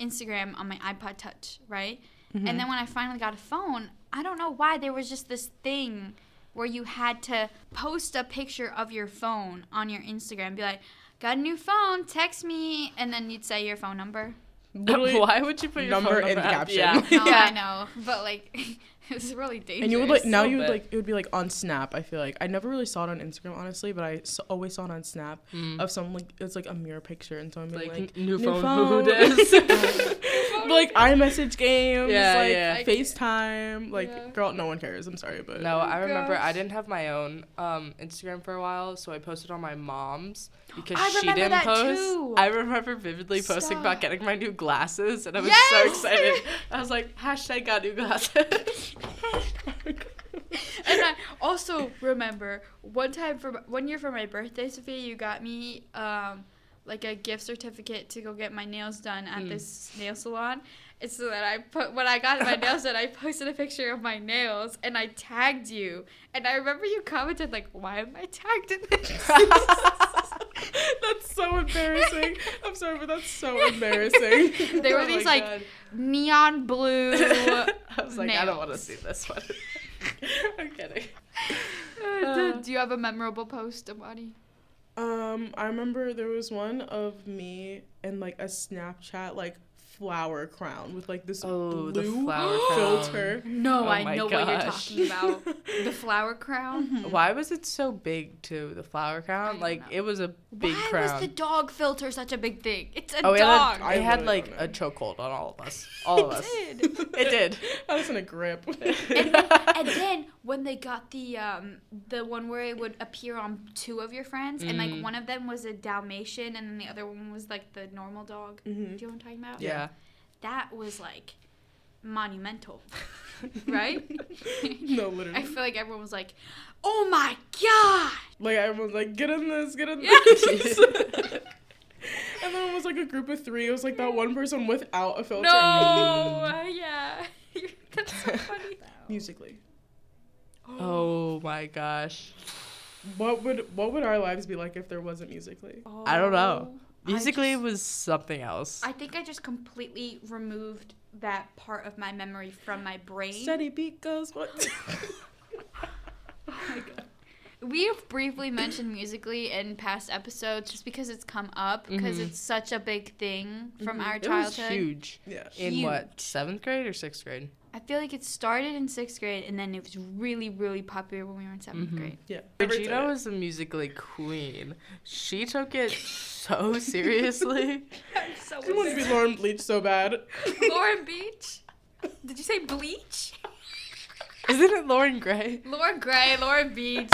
[SPEAKER 3] Instagram on my iPod Touch, right?
[SPEAKER 4] Mm-hmm.
[SPEAKER 3] And then when I finally got a phone, I don't know why there was just this thing where you had to post a picture of your phone on your Instagram, be like, "Got a new phone, text me," and then you'd say your phone number.
[SPEAKER 4] Literally-
[SPEAKER 2] [laughs] Why would you put your
[SPEAKER 4] number
[SPEAKER 2] phone
[SPEAKER 4] in the
[SPEAKER 2] up?
[SPEAKER 4] caption. [laughs]
[SPEAKER 2] Yeah.
[SPEAKER 3] No,
[SPEAKER 2] yeah.
[SPEAKER 3] I know, but like [laughs] it was really dangerous.
[SPEAKER 4] And you would like now
[SPEAKER 2] so
[SPEAKER 4] you would
[SPEAKER 2] bad.
[SPEAKER 4] like it would be like on Snap. I feel like I never really saw it on Instagram honestly, but I s- always saw it on Snap of someone like it's like a mirror picture, and so I'm like,
[SPEAKER 2] Mm. Like,
[SPEAKER 4] like
[SPEAKER 2] new,
[SPEAKER 4] new
[SPEAKER 2] phone, who
[SPEAKER 4] phone.
[SPEAKER 2] this?
[SPEAKER 4] [laughs]
[SPEAKER 2] [laughs]
[SPEAKER 4] but, like iMessage games,
[SPEAKER 2] Yeah,
[SPEAKER 4] like
[SPEAKER 2] yeah.
[SPEAKER 4] FaceTime, like
[SPEAKER 3] Yeah.
[SPEAKER 4] girl, no one cares. I'm sorry, but
[SPEAKER 2] No, I remember I
[SPEAKER 3] Oh gosh.
[SPEAKER 2] didn't have my own um, Instagram for a while, so I posted on my mom's because
[SPEAKER 3] I
[SPEAKER 2] she
[SPEAKER 3] remember
[SPEAKER 2] didn't
[SPEAKER 3] that
[SPEAKER 2] post.
[SPEAKER 3] too.
[SPEAKER 2] I remember vividly posting
[SPEAKER 3] Stop.
[SPEAKER 2] about getting my new glasses, and I was
[SPEAKER 3] Yes!
[SPEAKER 2] so excited. I was like, hashtag got new glasses. [laughs]
[SPEAKER 3] and I also remember one time for one year for my birthday, Sophia, you got me um, like a gift certificate to go get my nails done at
[SPEAKER 2] Mm.
[SPEAKER 3] this nail salon. And so that I put when I got [laughs] my nails done, I posted a picture of my nails and I tagged you. And I remember you commented like, "Why am I tagged in [laughs] this?"
[SPEAKER 4] that's
[SPEAKER 3] [laughs]
[SPEAKER 4] so embarrassing. I'm sorry, but that's so embarrassing.
[SPEAKER 3] They were
[SPEAKER 2] Oh my
[SPEAKER 3] these, like,
[SPEAKER 2] God.
[SPEAKER 3] Neon blue. [laughs]
[SPEAKER 2] [laughs]
[SPEAKER 3] uh,
[SPEAKER 2] I was like, I don't want to
[SPEAKER 3] nails.
[SPEAKER 2] see this one. [laughs] I'm kidding.
[SPEAKER 3] do, do you have a memorable post, Amani?
[SPEAKER 4] um, I remember there was one of me and like a Snapchat like flower crown with like this
[SPEAKER 2] Oh, the
[SPEAKER 4] blue
[SPEAKER 2] flower
[SPEAKER 4] [gasps] filter.
[SPEAKER 3] No,
[SPEAKER 2] Oh
[SPEAKER 3] I
[SPEAKER 2] my
[SPEAKER 3] know what you're
[SPEAKER 2] gosh.
[SPEAKER 3] talking about. [laughs] the flower crown.
[SPEAKER 2] Why was it so big too? The flower crown,
[SPEAKER 3] Hmm. don't
[SPEAKER 2] like
[SPEAKER 3] know.
[SPEAKER 2] it was a big
[SPEAKER 3] Why
[SPEAKER 2] crown.
[SPEAKER 3] was the dog filter such a big thing? It's a
[SPEAKER 2] oh, it
[SPEAKER 3] dog.
[SPEAKER 2] had,
[SPEAKER 4] I
[SPEAKER 2] it had
[SPEAKER 4] really
[SPEAKER 2] like
[SPEAKER 4] don't
[SPEAKER 2] a
[SPEAKER 4] know.
[SPEAKER 2] chokehold on all of
[SPEAKER 3] [laughs]
[SPEAKER 2] us. All of us. [laughs]
[SPEAKER 4] [laughs]
[SPEAKER 2] It did.
[SPEAKER 4] I was in a grip.
[SPEAKER 3] and, then, and then when they got the um, the one where it would appear on two of your friends, and like
[SPEAKER 2] Mm.
[SPEAKER 3] one of them was a Dalmatian, and then the other one was like the normal dog.
[SPEAKER 4] Mhm.
[SPEAKER 3] Do you know what I'm talking about?
[SPEAKER 2] Yeah.
[SPEAKER 3] That was like monumental,
[SPEAKER 2] [laughs]
[SPEAKER 3] right? [laughs]
[SPEAKER 4] no,
[SPEAKER 3] I
[SPEAKER 4] literally.
[SPEAKER 3] feel like everyone was like, "Oh my god!"
[SPEAKER 4] Like everyone's like, get in this, get
[SPEAKER 3] [laughs]
[SPEAKER 4] in
[SPEAKER 3] Yeah.
[SPEAKER 4] this. [laughs] and then it was like a group of three. It was like that one person without a filter.
[SPEAKER 3] No, uh, yeah, [laughs] that's so funny.
[SPEAKER 4] Musically,
[SPEAKER 2] [laughs] Oh my gosh.
[SPEAKER 4] what would what would our lives be like if there wasn't musically?
[SPEAKER 3] Oh,
[SPEAKER 2] I don't know. Musically
[SPEAKER 3] just-
[SPEAKER 2] was something else.
[SPEAKER 3] I think I just completely removed that part of my memory from my brain.
[SPEAKER 4] Steady beat goes what? [laughs]
[SPEAKER 3] We have briefly mentioned musically in past episodes just because it's come up because
[SPEAKER 2] Mhm.
[SPEAKER 3] it's such a big thing from
[SPEAKER 4] Mhm.
[SPEAKER 3] our
[SPEAKER 2] Mm-hmm. it was
[SPEAKER 3] childhood.
[SPEAKER 2] huge.
[SPEAKER 4] yeah.
[SPEAKER 2] In
[SPEAKER 3] Huge.
[SPEAKER 2] what seventh grade or sixth grade?
[SPEAKER 3] I feel like it started in sixth grade and then it was really, really popular when we were in 7th
[SPEAKER 2] Mhm.
[SPEAKER 3] [laughs] grade.
[SPEAKER 4] Yeah.
[SPEAKER 2] Regina was a musically queen. She
[SPEAKER 3] [laughs]
[SPEAKER 2] took it so seriously.
[SPEAKER 3] so
[SPEAKER 4] She wanted to be Lauren Bleach so bad.
[SPEAKER 3] Lauren Beach. Did you say bleach?
[SPEAKER 2] Isn't it Lauren Gray?
[SPEAKER 3] Lauren Gray, Lauren
[SPEAKER 2] [laughs]
[SPEAKER 3] Beach.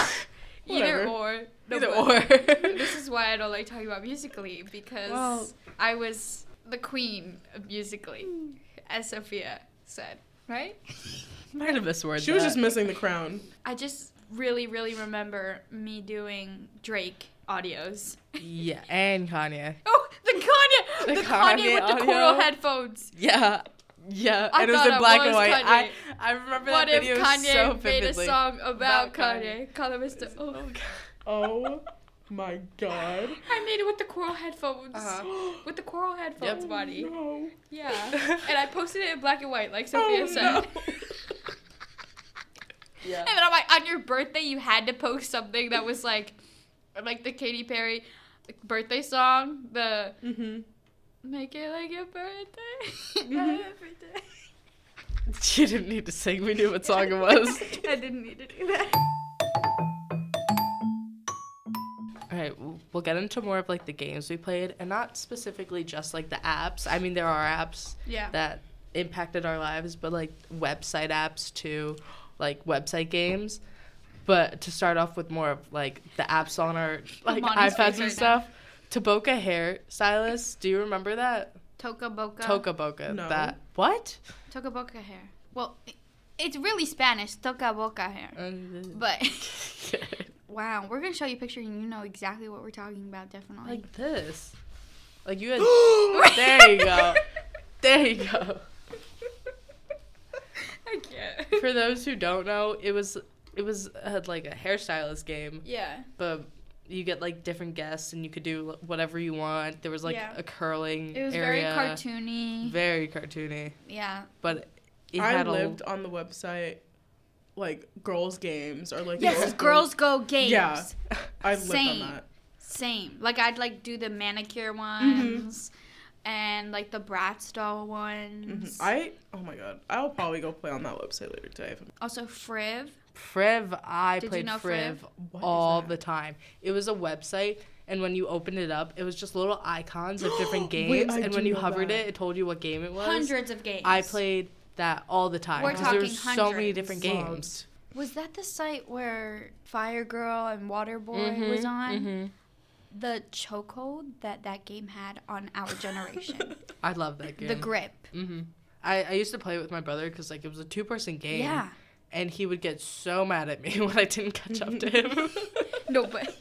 [SPEAKER 3] Either
[SPEAKER 4] Whatever.
[SPEAKER 3] or. No,
[SPEAKER 2] Either
[SPEAKER 3] but- [laughs]
[SPEAKER 2] or.
[SPEAKER 3] this is why I don't like talking about musically because
[SPEAKER 2] Well-
[SPEAKER 3] I was the queen of musically,
[SPEAKER 2] hmm.
[SPEAKER 3] as Sophia said, right?
[SPEAKER 2] [laughs] Might have misworded
[SPEAKER 4] [laughs] She was
[SPEAKER 2] that.
[SPEAKER 4] just missing the crown.
[SPEAKER 3] I just really, really remember me doing Drake audios.
[SPEAKER 2] Yeah, and Kanye.
[SPEAKER 3] Oh, the Kanye, the,
[SPEAKER 2] The
[SPEAKER 3] Kanye,
[SPEAKER 2] Kanye
[SPEAKER 3] with the
[SPEAKER 2] audio.
[SPEAKER 3] coral headphones.
[SPEAKER 2] Yeah. Yeah,
[SPEAKER 3] I
[SPEAKER 2] and it was
[SPEAKER 3] thought
[SPEAKER 2] in
[SPEAKER 3] it
[SPEAKER 2] black
[SPEAKER 3] was
[SPEAKER 2] and white. I,
[SPEAKER 3] Kanye.
[SPEAKER 2] I remember
[SPEAKER 3] What
[SPEAKER 2] that
[SPEAKER 3] if
[SPEAKER 2] video
[SPEAKER 3] Kanye
[SPEAKER 2] so
[SPEAKER 3] made a
[SPEAKER 2] vividly. [laughs]
[SPEAKER 3] song about,
[SPEAKER 2] About
[SPEAKER 3] Kanye?
[SPEAKER 2] Kanye.
[SPEAKER 3] Kanye? Mr. Oh,
[SPEAKER 4] Oh my god.
[SPEAKER 3] I made it with the coral headphones.
[SPEAKER 2] Uh-huh.
[SPEAKER 4] [gasps]
[SPEAKER 3] With the coral headphones, body.
[SPEAKER 4] Oh No.
[SPEAKER 3] Yeah, and I posted it in black and white, like Sophia
[SPEAKER 4] Oh,
[SPEAKER 3] said.
[SPEAKER 2] Yeah.
[SPEAKER 3] And then I'm like, on your birthday, you had to post something that was like, like the Katy Perry birthday song, the
[SPEAKER 4] [laughs] Mm-hmm.
[SPEAKER 3] "Make It Like Your [laughs] Birthday."
[SPEAKER 2] [laughs] She didn't need to sing. We knew what song it was.
[SPEAKER 3] [laughs] I didn't need to do that.
[SPEAKER 2] [laughs] All right, w- we'll get into more of like the games we played, and not specifically just like the apps. I mean, there are apps
[SPEAKER 3] Yeah.
[SPEAKER 2] that impacted our lives, but like website apps too, like website games. But to start off with more of like the apps on our like
[SPEAKER 3] Monty's face
[SPEAKER 2] iPads and
[SPEAKER 3] right
[SPEAKER 2] stuff, Toboka hair stylist. Do you remember that?
[SPEAKER 3] Toca boca.
[SPEAKER 2] Toca Boca.
[SPEAKER 4] No.
[SPEAKER 2] That what?
[SPEAKER 3] Toca boca hair. Well, i- it's really Spanish. Toca boca hair. But [laughs] wow, we're gonna show you a picture, and you know exactly what we're talking about, definitely.
[SPEAKER 2] [laughs] like [gasps] this. Like [gasps] you had. there you go. There you go.
[SPEAKER 3] [laughs] I can't.
[SPEAKER 2] For those who don't know, it was it was uh, like a hairstylist game,
[SPEAKER 3] Yeah.
[SPEAKER 2] but you get like different guests and you could do whatever you want. There was like
[SPEAKER 3] Yeah.
[SPEAKER 2] a curling
[SPEAKER 3] It was
[SPEAKER 2] area,
[SPEAKER 3] very cartoony.
[SPEAKER 2] very cartoony,
[SPEAKER 3] yeah.
[SPEAKER 2] but it
[SPEAKER 4] I
[SPEAKER 2] had a
[SPEAKER 4] lived on the website like girls games or like
[SPEAKER 3] Yes, girls go games.
[SPEAKER 4] Yeah. I lived
[SPEAKER 3] Same.
[SPEAKER 4] on that.
[SPEAKER 3] Same. Like I'd like do the manicure
[SPEAKER 4] Mm-hmm.
[SPEAKER 3] ones and like the Bratz doll
[SPEAKER 4] Mhm.
[SPEAKER 3] ones.
[SPEAKER 4] I oh my god. I'll probably go play on that website later
[SPEAKER 3] [laughs]
[SPEAKER 4] today. If I'm,
[SPEAKER 3] also Friv.
[SPEAKER 2] Friv. I
[SPEAKER 3] Did you
[SPEAKER 2] played
[SPEAKER 3] know
[SPEAKER 2] Friv,
[SPEAKER 3] Friv?
[SPEAKER 4] What is
[SPEAKER 2] all
[SPEAKER 4] that?
[SPEAKER 2] the time. It was a website. And when you opened it up, it was just little icons of different
[SPEAKER 4] [gasps] Wait,
[SPEAKER 2] games.
[SPEAKER 4] I
[SPEAKER 2] and
[SPEAKER 4] do
[SPEAKER 2] when you
[SPEAKER 4] know
[SPEAKER 2] hovered
[SPEAKER 4] that.
[SPEAKER 2] it, it told you what game it was.
[SPEAKER 3] Hundreds of games.
[SPEAKER 2] I played that all the time
[SPEAKER 3] We're
[SPEAKER 2] because there were
[SPEAKER 3] talking
[SPEAKER 2] so many
[SPEAKER 3] hundreds.
[SPEAKER 2] different
[SPEAKER 4] Loved.
[SPEAKER 2] games.
[SPEAKER 3] Was that the site where Fire Girl and Water Boy
[SPEAKER 2] Mm-hmm,
[SPEAKER 3] was on? The chokehold that that game had on our
[SPEAKER 2] [laughs]
[SPEAKER 3] generation.
[SPEAKER 2] I love that game.
[SPEAKER 3] the grip.
[SPEAKER 2] hmm I, I used to play it with my brother because like it was a two person game.
[SPEAKER 3] Yeah.
[SPEAKER 2] And he would get so mad at me [laughs] when I didn't catch
[SPEAKER 3] [laughs]
[SPEAKER 2] up to him.
[SPEAKER 3] No, but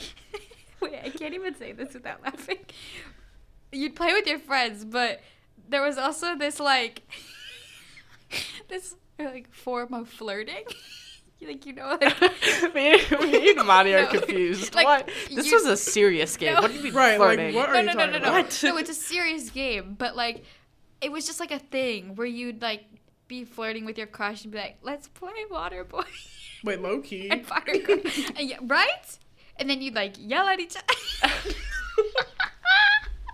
[SPEAKER 3] [laughs] wait, I can't even say this without [laughs] laughing. You'd play with your friends, but there was also this like [laughs] this like form of flirting. [laughs] like you know, like
[SPEAKER 2] me, me and Mari are
[SPEAKER 3] No.
[SPEAKER 2] confused.
[SPEAKER 3] Like,
[SPEAKER 2] what? This
[SPEAKER 3] you-
[SPEAKER 2] was a serious game.
[SPEAKER 3] No.
[SPEAKER 2] What did we
[SPEAKER 4] right,
[SPEAKER 2] flirting?
[SPEAKER 4] like what [laughs] are
[SPEAKER 2] [laughs]
[SPEAKER 3] no, no,
[SPEAKER 4] you
[SPEAKER 3] no,
[SPEAKER 4] talking
[SPEAKER 3] no, no,
[SPEAKER 4] about?
[SPEAKER 2] What?
[SPEAKER 3] no. It's a serious game, but like it was just like a thing where you'd like be flirting with your crush and be like, "Let's play water boy [laughs]
[SPEAKER 4] Wait, low key.
[SPEAKER 3] and fire girl,"
[SPEAKER 4] [laughs]
[SPEAKER 3] And yeah, right? And then you'd like yell at each
[SPEAKER 4] [laughs]
[SPEAKER 3] other. [laughs]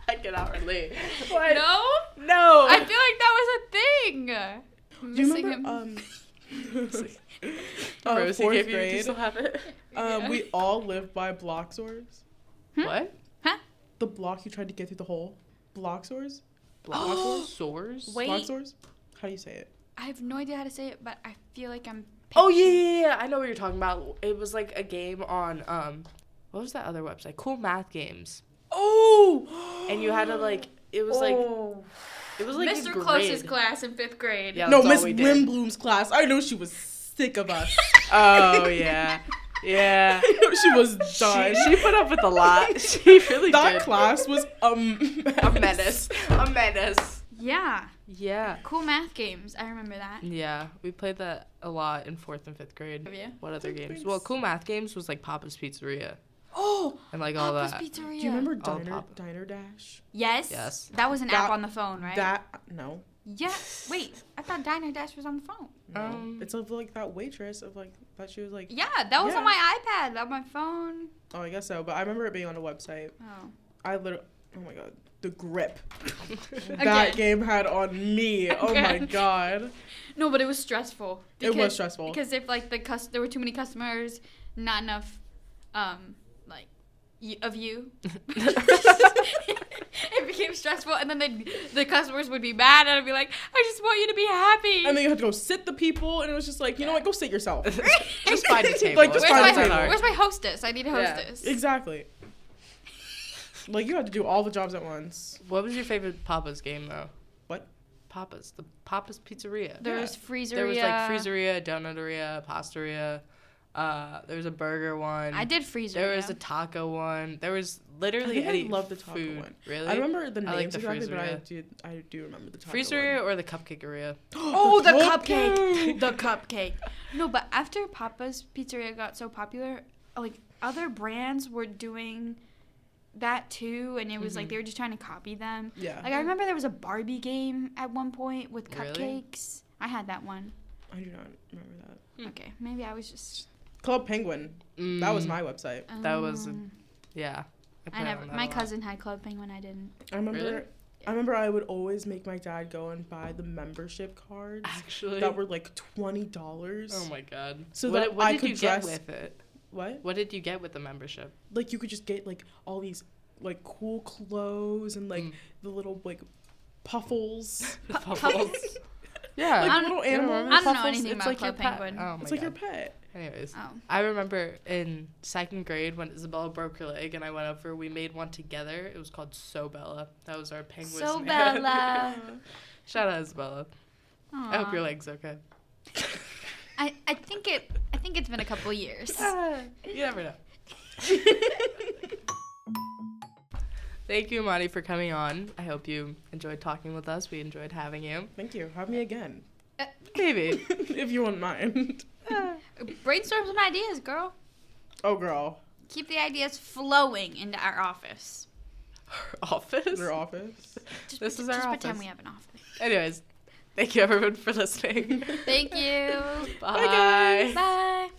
[SPEAKER 2] I cannot relate. What?
[SPEAKER 3] no.
[SPEAKER 2] No.
[SPEAKER 3] I feel like that was a thing.
[SPEAKER 4] Do you
[SPEAKER 3] Missing
[SPEAKER 4] remember
[SPEAKER 3] him.
[SPEAKER 4] um
[SPEAKER 3] [laughs]
[SPEAKER 4] uh,
[SPEAKER 2] Rosie
[SPEAKER 4] fourth
[SPEAKER 2] gave you, do you
[SPEAKER 4] grade,
[SPEAKER 2] still have it?
[SPEAKER 4] um,
[SPEAKER 3] Yeah.
[SPEAKER 4] we all lived by block sores.
[SPEAKER 3] Hmm?
[SPEAKER 2] What?
[SPEAKER 4] The block you tried to get through the hole. Block sores?
[SPEAKER 3] [gasps]
[SPEAKER 2] Blockosaurs?
[SPEAKER 3] Wait.
[SPEAKER 4] Block sores? How do you say it?
[SPEAKER 3] I have no idea how to say it, but I feel like I'm.
[SPEAKER 2] Oh yeah,
[SPEAKER 3] picturing-
[SPEAKER 2] yeah, yeah, I know what you're talking about. It was like a game on um, what was that other website? Cool Math Games.
[SPEAKER 4] [gasps] Oh
[SPEAKER 2] And you had to like, it was like,
[SPEAKER 3] Oh.
[SPEAKER 2] Oh. it was like
[SPEAKER 3] Mr.
[SPEAKER 2] a grade.
[SPEAKER 3] Close's class in fifth grade.
[SPEAKER 2] Yeah.
[SPEAKER 4] No,
[SPEAKER 2] That's all
[SPEAKER 4] Miss
[SPEAKER 2] we did.
[SPEAKER 4] Wimbloom's class. I know she was sick of us.
[SPEAKER 2] [laughs] Oh yeah, yeah.
[SPEAKER 4] [laughs] I know she was
[SPEAKER 2] She,
[SPEAKER 4] done.
[SPEAKER 2] [laughs] she put up with
[SPEAKER 3] [laughs]
[SPEAKER 2] a lot. She really
[SPEAKER 4] that
[SPEAKER 2] did.
[SPEAKER 4] class was um [laughs]
[SPEAKER 2] A menace. A menace.
[SPEAKER 3] Yeah.
[SPEAKER 2] Yeah.
[SPEAKER 3] Cool math games. I remember that.
[SPEAKER 2] Yeah, we played that a lot in fourth and fifth grade.
[SPEAKER 3] Have you?
[SPEAKER 2] What other games?
[SPEAKER 4] Thanks.
[SPEAKER 2] Well, Cool Math Games was like Papa's Pizzeria.
[SPEAKER 3] Oh,
[SPEAKER 2] and like all
[SPEAKER 3] Papa's
[SPEAKER 2] that.
[SPEAKER 3] Pizzeria.
[SPEAKER 4] Do you remember
[SPEAKER 2] All
[SPEAKER 4] Diner
[SPEAKER 2] pop.
[SPEAKER 4] Diner Dash?
[SPEAKER 3] Yes.
[SPEAKER 2] Yes.
[SPEAKER 3] That was an app
[SPEAKER 4] That-
[SPEAKER 3] on the phone, right?
[SPEAKER 4] That no.
[SPEAKER 3] Yeah. Wait, I thought Diner Dash was on the phone.
[SPEAKER 4] No.
[SPEAKER 2] Um,
[SPEAKER 4] it's of like that waitress of like that she was like
[SPEAKER 3] Yeah, that was on
[SPEAKER 4] Yeah.
[SPEAKER 3] my iPad, on my phone.
[SPEAKER 4] oh I guess so but I remember it being on a website
[SPEAKER 3] Oh.
[SPEAKER 4] I literally oh my god the grip
[SPEAKER 3] Again.
[SPEAKER 4] that game had on me oh my
[SPEAKER 3] Again.
[SPEAKER 4] god
[SPEAKER 3] No, but it was stressful.
[SPEAKER 4] it was stressful
[SPEAKER 3] Because if like the cus- there were too many customers, not enough, um, like y- of you. [laughs] it became stressful, and then the the customers would be mad, and I'd be like, I just want you to be happy.
[SPEAKER 4] and then you had to go sit the people and it was just like you know what go sit yourself
[SPEAKER 2] [laughs] just find a table.
[SPEAKER 4] Like, just
[SPEAKER 3] Where's
[SPEAKER 2] It's
[SPEAKER 4] find
[SPEAKER 2] not
[SPEAKER 3] my,
[SPEAKER 4] a
[SPEAKER 2] that
[SPEAKER 4] table.
[SPEAKER 2] hard.
[SPEAKER 3] where's my hostess? I need a
[SPEAKER 4] Yeah,
[SPEAKER 3] hostess.
[SPEAKER 4] exactly like you had to do all the jobs at once
[SPEAKER 2] What was your favorite Papa's game though?
[SPEAKER 4] What?
[SPEAKER 2] Papa's the Papa's Pizzeria.
[SPEAKER 3] There
[SPEAKER 4] Yeah.
[SPEAKER 3] was freezeria.
[SPEAKER 2] There was like freezeria, donuteria, pasteria. Uh, there was a burger one.
[SPEAKER 3] I did freezeria.
[SPEAKER 2] There was a taco one. There was literally
[SPEAKER 4] I think I
[SPEAKER 2] any
[SPEAKER 4] love the taco
[SPEAKER 2] food.
[SPEAKER 4] one.
[SPEAKER 2] Really?
[SPEAKER 4] I remember the
[SPEAKER 2] I like
[SPEAKER 4] names
[SPEAKER 2] the
[SPEAKER 4] exactly but I
[SPEAKER 2] Freezeria.
[SPEAKER 4] do I do remember the taco
[SPEAKER 2] Freezeria or the cupcakeria?
[SPEAKER 3] Oh, the
[SPEAKER 2] [laughs]
[SPEAKER 4] cupcake.
[SPEAKER 3] cupcake. the cupcake. No, but after Papa's Pizzeria got so popular, like other brands were doing that too, and it was like
[SPEAKER 2] Mhm.
[SPEAKER 3] they were just trying to copy them.
[SPEAKER 4] yeah
[SPEAKER 2] Uh-huh.
[SPEAKER 3] Like I remember there was a Barbie game at one point with
[SPEAKER 2] Really?
[SPEAKER 3] cupcakes. I had that one.
[SPEAKER 4] I do not remember that
[SPEAKER 2] Hmm.
[SPEAKER 3] Okay, maybe I was just.
[SPEAKER 4] Club Penguin that was my website
[SPEAKER 2] That was a-
[SPEAKER 3] um,
[SPEAKER 2] Mm, Yeah.
[SPEAKER 3] I
[SPEAKER 2] play
[SPEAKER 3] never.
[SPEAKER 2] on that
[SPEAKER 3] My
[SPEAKER 2] a lot.
[SPEAKER 3] cousin had Club Penguin. I didn't.
[SPEAKER 4] I remember.
[SPEAKER 2] Really?
[SPEAKER 4] I remember I would always make my dad go and buy the membership cards
[SPEAKER 2] Actually.
[SPEAKER 4] that were like twenty dollars.
[SPEAKER 2] Oh my god.
[SPEAKER 4] So
[SPEAKER 2] what,
[SPEAKER 4] that
[SPEAKER 2] what
[SPEAKER 4] I
[SPEAKER 2] did
[SPEAKER 4] could
[SPEAKER 2] you
[SPEAKER 4] dress-
[SPEAKER 2] get with it?
[SPEAKER 4] What?
[SPEAKER 2] What did you get with the membership?
[SPEAKER 4] Like you could just get like all these like cool clothes and like [laughs]
[SPEAKER 2] Mm.
[SPEAKER 4] the little like
[SPEAKER 2] [laughs]
[SPEAKER 4] puffles.
[SPEAKER 2] The
[SPEAKER 3] [laughs]
[SPEAKER 2] bubbles. [laughs] yeah.
[SPEAKER 4] like
[SPEAKER 3] I don't-
[SPEAKER 4] little
[SPEAKER 2] You don't
[SPEAKER 4] animal.
[SPEAKER 2] remember
[SPEAKER 3] I don't know
[SPEAKER 2] Puffles?
[SPEAKER 3] anything
[SPEAKER 2] It's
[SPEAKER 3] about
[SPEAKER 2] like
[SPEAKER 3] Club
[SPEAKER 2] your pet.
[SPEAKER 3] Penguin.
[SPEAKER 2] Oh my god.
[SPEAKER 4] it's like your pet.
[SPEAKER 2] Anyways.
[SPEAKER 3] Oh.
[SPEAKER 2] I remember in second grade when Isabella broke her leg and I went over, we made one together. It was called Sobella. That was our penguin's
[SPEAKER 3] So
[SPEAKER 2] name.
[SPEAKER 3] Bella.
[SPEAKER 2] [laughs]
[SPEAKER 4] [laughs]
[SPEAKER 2] Shout out Isabella. I hope
[SPEAKER 3] Oh. Aw.
[SPEAKER 2] your leg's okay.
[SPEAKER 3] I, I think it. I think it's been a couple
[SPEAKER 2] [laughs]
[SPEAKER 3] years.
[SPEAKER 2] you never know. [laughs] Thank you, Imani, for coming on. I hope you enjoyed talking with us. We enjoyed having you.
[SPEAKER 4] Thank you. Have me again, [laughs]
[SPEAKER 2] [laughs] Maybe.
[SPEAKER 4] if you wouldn't mind.
[SPEAKER 3] Brainstorm some ideas, girl.
[SPEAKER 4] Oh girl,
[SPEAKER 3] keep the ideas flowing into our office.
[SPEAKER 2] Her office.
[SPEAKER 4] your office.
[SPEAKER 3] Just,
[SPEAKER 2] This
[SPEAKER 3] pret-
[SPEAKER 2] is our
[SPEAKER 3] just
[SPEAKER 2] office.
[SPEAKER 3] pretend we have an office.
[SPEAKER 2] [laughs] Anyways, thank you everyone for listening.
[SPEAKER 3] Thank you.
[SPEAKER 2] Bye.
[SPEAKER 3] Bye.